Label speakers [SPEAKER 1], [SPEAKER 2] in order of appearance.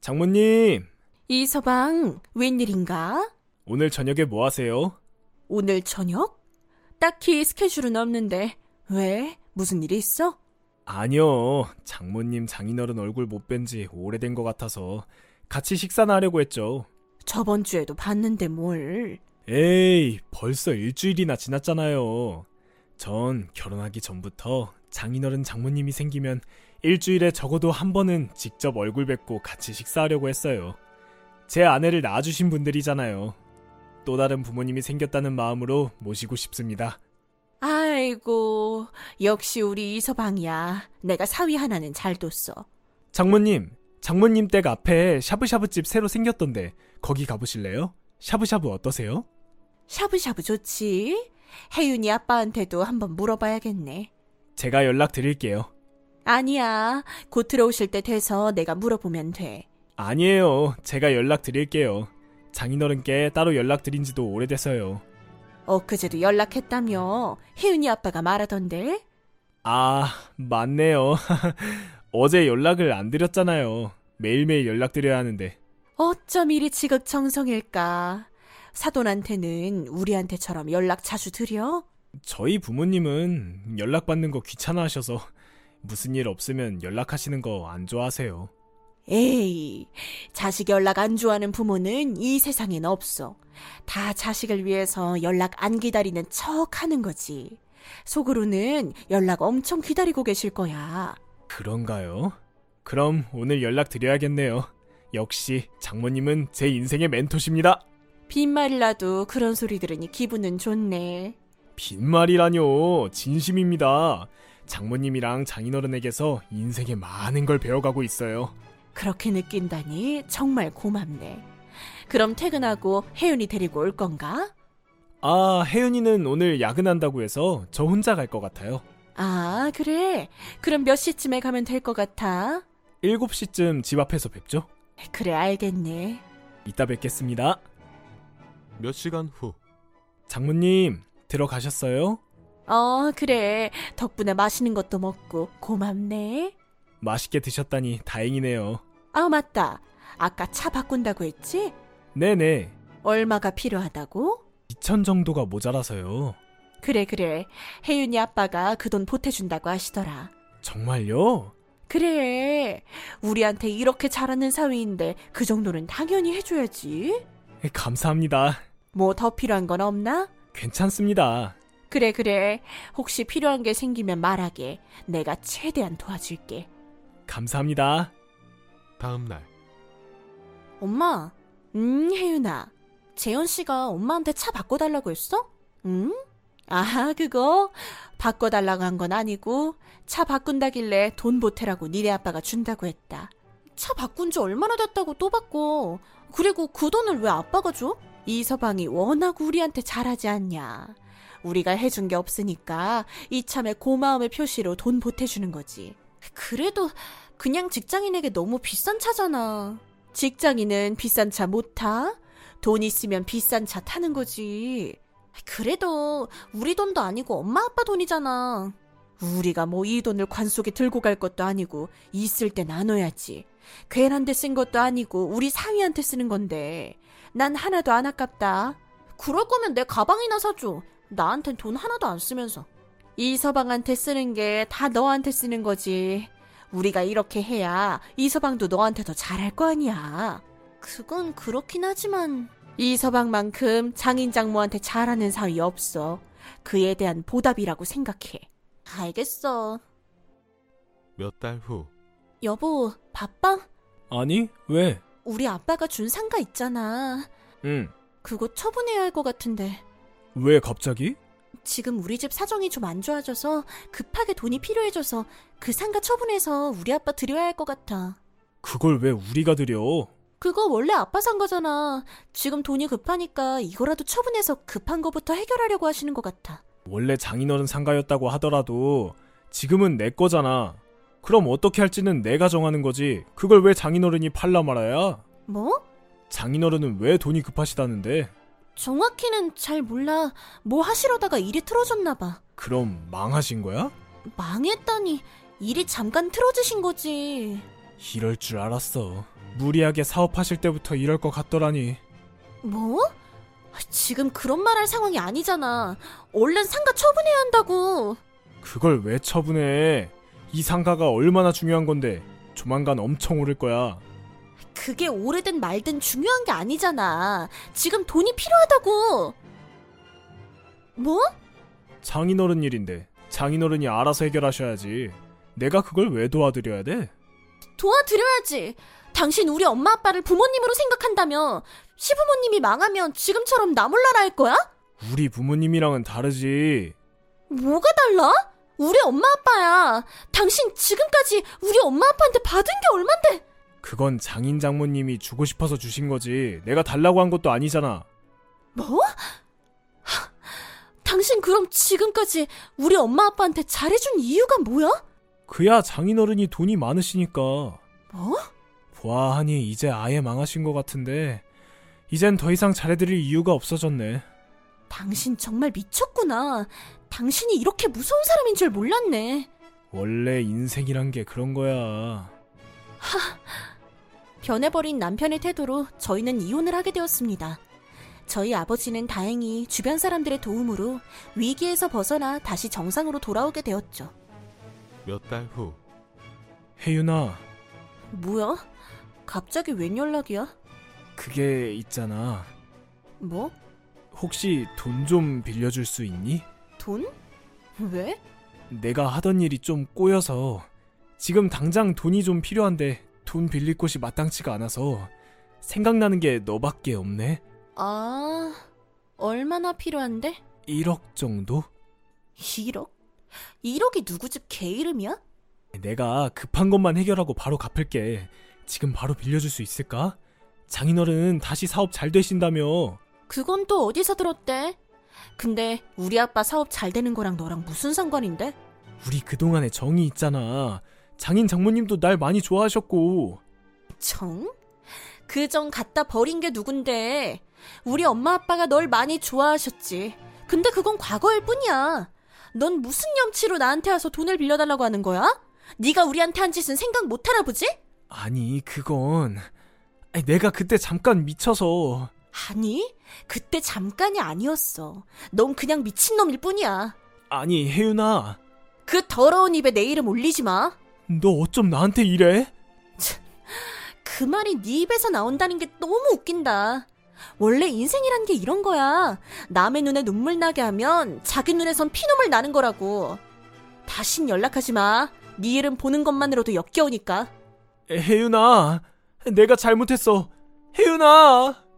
[SPEAKER 1] 장모님,
[SPEAKER 2] 이 서방, 웬일인가?
[SPEAKER 1] 오늘 저녁에 뭐 하세요?
[SPEAKER 2] 오늘 저녁? 딱히 스케줄은 없는데. 왜? 무슨 일이 있어?
[SPEAKER 1] 아니요. 장모님 장인어른 얼굴 못 뵌 지 오래된 것 같아서 같이 식사나 하려고 했죠.
[SPEAKER 2] 저번 주에도 봤는데 뭘.
[SPEAKER 1] 에이, 벌써 일주일이나 지났잖아요. 전 결혼하기 전부터 장인어른 장모님이 생기면 일주일에 적어도 한 번은 직접 얼굴 뵙고 같이 식사하려고 했어요. 제 아내를 낳아주신 분들이잖아요. 또 다른 부모님이 생겼다는 마음으로 모시고 싶습니다.
[SPEAKER 2] 아이고, 역시 우리 이 서방이야. 내가 사위 하나는 잘 뒀어.
[SPEAKER 1] 장모님, 장모님 댁 앞에 샤브샤브집 새로 생겼던데 거기 가보실래요? 샤브샤브 어떠세요?
[SPEAKER 2] 샤브샤브 좋지? 혜윤이 아빠한테도 한번 물어봐야겠네.
[SPEAKER 1] 제가 연락드릴게요.
[SPEAKER 2] 아니야. 곧 들어오실 때 돼서 내가 물어보면 돼.
[SPEAKER 1] 아니에요. 제가 연락드릴게요. 장인어른께 따로 연락드린 지도 오래돼서요.
[SPEAKER 2] 엊그제도 연락했다며. 혜윤이 아빠가 말하던데.
[SPEAKER 1] 아, 맞네요. 어제 연락을 안 드렸잖아요. 매일매일 연락드려야 하는데.
[SPEAKER 2] 어쩜 이리 지극정성일까. 사돈한테는 우리한테처럼 연락 자주 드려?
[SPEAKER 1] 저희 부모님은 연락받는 거 귀찮아 하셔서 무슨 일 없으면 연락하시는 거 안 좋아하세요.
[SPEAKER 2] 에이, 자식 연락 안 좋아하는 부모는 이 세상엔 없어. 다 자식을 위해서 연락 안 기다리는 척 하는 거지. 속으로는 연락 엄청 기다리고 계실 거야.
[SPEAKER 1] 그런가요? 그럼 오늘 연락드려야겠네요. 역시 장모님은 제 인생의 멘토십니다.
[SPEAKER 2] 빈말이라도 그런 소리 들으니 기분은 좋네.
[SPEAKER 1] 빈말이라뇨. 진심입니다. 장모님이랑 장인어른에게서 인생의 많은 걸 배워가고 있어요.
[SPEAKER 2] 그렇게 느낀다니 정말 고맙네. 그럼 퇴근하고 혜윤이 데리고 올 건가?
[SPEAKER 1] 아, 혜윤이는 오늘 야근한다고 해서 저 혼자 갈 것 같아요.
[SPEAKER 2] 아, 그래. 그럼 몇 시쯤에 가면 될 것 같아?
[SPEAKER 1] 7시쯤 집 앞에서 뵙죠.
[SPEAKER 2] 그래, 알겠네.
[SPEAKER 1] 이따 뵙겠습니다.
[SPEAKER 3] 몇 시간 후
[SPEAKER 1] 장모님, 들어가셨어요?
[SPEAKER 2] 어, 그래. 덕분에 맛있는 것도 먹고 고맙네.
[SPEAKER 1] 맛있게 드셨다니 다행이네요.
[SPEAKER 2] 아, 맞다. 아까 차 바꾼다고 했지?
[SPEAKER 1] 네네.
[SPEAKER 2] 얼마가 필요하다고?
[SPEAKER 1] 2천 정도가 모자라서요.
[SPEAKER 2] 그래, 그래. 혜윤이 아빠가 그 돈 보태준다고 하시더라.
[SPEAKER 1] 정말요?
[SPEAKER 2] 그래. 우리한테 이렇게 잘하는 사위인데 그 정도는 당연히 해줘야지.
[SPEAKER 1] 예, 감사합니다.
[SPEAKER 2] 뭐 더 필요한 건 없나?
[SPEAKER 1] 괜찮습니다.
[SPEAKER 2] 그래, 그래. 혹시 필요한 게 생기면 말하게. 내가 최대한 도와줄게.
[SPEAKER 1] 감사합니다.
[SPEAKER 3] 다음 날
[SPEAKER 2] 엄마. 음, 혜윤아. 재현 씨가 엄마한테 차 바꿔달라고 했어? 응? 아, 그거? 바꿔달라고 한 건 아니고, 차 바꾼다길래 돈 보태라고 니네 아빠가 준다고 했다. 차 바꾼 지 얼마나 됐다고 또 바꿔. 그리고 그 돈을 왜 아빠가 줘? 이 서방이 워낙 우리한테 잘하지 않냐. 우리가 해준 게 없으니까 이참에 고마움의 표시로 돈 보태주는 거지. 그래도 그냥 직장인에게 너무 비싼 차잖아. 직장인은 비싼 차 못 타? 돈 있으면 비싼 차 타는 거지. 그래도 우리 돈도 아니고 엄마 아빠 돈이잖아. 우리가 뭐 이 돈을 관 속에 들고 갈 것도 아니고 있을 때 나눠야지. 괜한데 쓴 것도 아니고 우리 사위한테 쓰는 건데 난 하나도 안 아깝다. 그럴 거면 내 가방이나 사줘. 나한텐 돈 하나도 안 쓰면서. 이 서방한테 쓰는 게 다 너한테 쓰는 거지. 우리가 이렇게 해야 이 서방도 너한테 더 잘할 거 아니야. 그건 그렇긴 하지만 이 서방만큼 장인 장모한테 잘하는 사위 없어. 그에 대한 보답이라고 생각해. 알겠어.
[SPEAKER 3] 몇 달 후
[SPEAKER 2] 여보, 바빠?
[SPEAKER 1] 아니, 왜?
[SPEAKER 2] 우리 아빠가 준 상가 있잖아.
[SPEAKER 1] 응.
[SPEAKER 2] 그거 처분해야 할 것 같은데.
[SPEAKER 1] 왜 갑자기?
[SPEAKER 2] 지금 우리 집 사정이 좀 안 좋아져서 급하게 돈이 필요해져서 그 상가 처분해서 우리 아빠 드려야 할 것 같아.
[SPEAKER 1] 그걸 왜 우리가 드려?
[SPEAKER 2] 그거 원래 아빠 산 거잖아. 지금 돈이 급하니까 이거라도 처분해서 급한 거부터 해결하려고 하시는 것 같아.
[SPEAKER 1] 원래 장인어른 상가였다고 하더라도 지금은 내 거잖아. 그럼 어떻게 할지는 내가 정하는 거지. 그걸 왜 장인어른이 팔라 말아야?
[SPEAKER 2] 뭐?
[SPEAKER 1] 장인어른은 왜 돈이 급하시다는데?
[SPEAKER 2] 정확히는 잘 몰라. 뭐 하시려다가 일이 틀어졌나 봐.
[SPEAKER 1] 그럼 망하신 거야?
[SPEAKER 2] 망했다니. 일이 잠깐 틀어지신 거지.
[SPEAKER 1] 이럴 줄 알았어. 무리하게 사업하실 때부터 이럴 것 같더라니.
[SPEAKER 2] 뭐? 지금 그런 말 할 상황이 아니잖아. 얼른 상가 처분해야 한다고.
[SPEAKER 1] 그걸 왜 처분해? 이 상가가 얼마나 중요한 건데 조만간 엄청 오를 거야.
[SPEAKER 2] 그게 오래든 말든 중요한 게 아니잖아. 지금 돈이 필요하다고. 뭐?
[SPEAKER 1] 장인어른 일인데 장인어른이 알아서 해결하셔야지. 내가 그걸 왜 도와드려야 돼?
[SPEAKER 2] 도와드려야지. 당신 우리 엄마 아빠를 부모님으로 생각한다며. 시부모님이 망하면 지금처럼 나 몰라라 할 거야?
[SPEAKER 1] 우리 부모님이랑은 다르지.
[SPEAKER 2] 뭐가 달라? 우리 엄마 아빠야. 당신 지금까지 우리 엄마 아빠한테 받은 게 얼만데.
[SPEAKER 1] 그건 장인 장모님이 주고 싶어서 주신 거지. 내가 달라고 한 것도 아니잖아.
[SPEAKER 2] 뭐? 하, 당신 그럼 지금까지 우리 엄마 아빠한테 잘해준 이유가 뭐야?
[SPEAKER 1] 그야 장인어른이 돈이 많으시니까.
[SPEAKER 2] 뭐?
[SPEAKER 1] 보아하니 이제 아예 망하신 것 같은데 이젠 더 이상 잘해드릴 이유가 없어졌네.
[SPEAKER 2] 당신 정말 미쳤구나. 당신이 이렇게 무서운 사람인 줄 몰랐네.
[SPEAKER 1] 원래 인생이란 게 그런 거야.
[SPEAKER 2] 변해버린 남편의 태도로 저희는 이혼을 하게 되었습니다. 저희 아버지는 다행히 주변 사람들의 도움으로 위기에서 벗어나 다시 정상으로 돌아오게 되었죠.
[SPEAKER 3] 몇 달 후,
[SPEAKER 1] 혜윤아,
[SPEAKER 2] 뭐야? 갑자기 웬 연락이야?
[SPEAKER 1] 그게 있잖아.
[SPEAKER 2] 뭐?
[SPEAKER 1] 혹시 돈 좀 빌려줄 수 있니?
[SPEAKER 2] 돈? 왜?
[SPEAKER 1] 내가 하던 일이 좀 꼬여서 지금 당장 돈이 좀 필요한데 돈 빌릴 곳이 마땅치가 않아서 생각나는 게 너밖에 없네.
[SPEAKER 2] 아, 얼마나 필요한데?
[SPEAKER 1] 1억 정도?
[SPEAKER 2] 1억? 1억이 누구 집 개 이름이야?
[SPEAKER 1] 내가 급한 것만 해결하고 바로 갚을게. 지금 바로 빌려줄 수 있을까? 장인어른 다시 사업 잘 되신다며.
[SPEAKER 2] 그건 또 어디서 들었대? 근데 우리 아빠 사업 잘 되는 거랑 너랑 무슨 상관인데?
[SPEAKER 1] 우리 그동안의 정이 있잖아. 장인 장모님도 날 많이 좋아하셨고.
[SPEAKER 2] 정? 그 정 갖다 버린 게 누군데? 우리 엄마 아빠가 널 많이 좋아하셨지. 근데 그건 과거일 뿐이야. 넌 무슨 염치로 나한테 와서 돈을 빌려달라고 하는 거야? 네가 우리한테 한 짓은 생각 못 하나 보지?
[SPEAKER 1] 아니, 그건. 아니, 내가 그때 잠깐 미쳐서.
[SPEAKER 2] 아니, 그때 잠깐이 아니었어. 넌 그냥 미친놈일 뿐이야.
[SPEAKER 1] 아니, 혜윤아.
[SPEAKER 2] 그 더러운 입에 내 이름 올리지 마.
[SPEAKER 1] 너 어쩜 나한테 이래?
[SPEAKER 2] 그 말이 네 입에서 나온다는 게 너무 웃긴다. 원래 인생이란 게 이런 거야. 남의 눈에 눈물 나게 하면 자기 눈에선 피눈물 나는 거라고. 다신 연락하지 마. 네 이름 보는 것만으로도 역겨우니까.
[SPEAKER 1] 혜윤아. 내가 잘못했어. 혜윤아!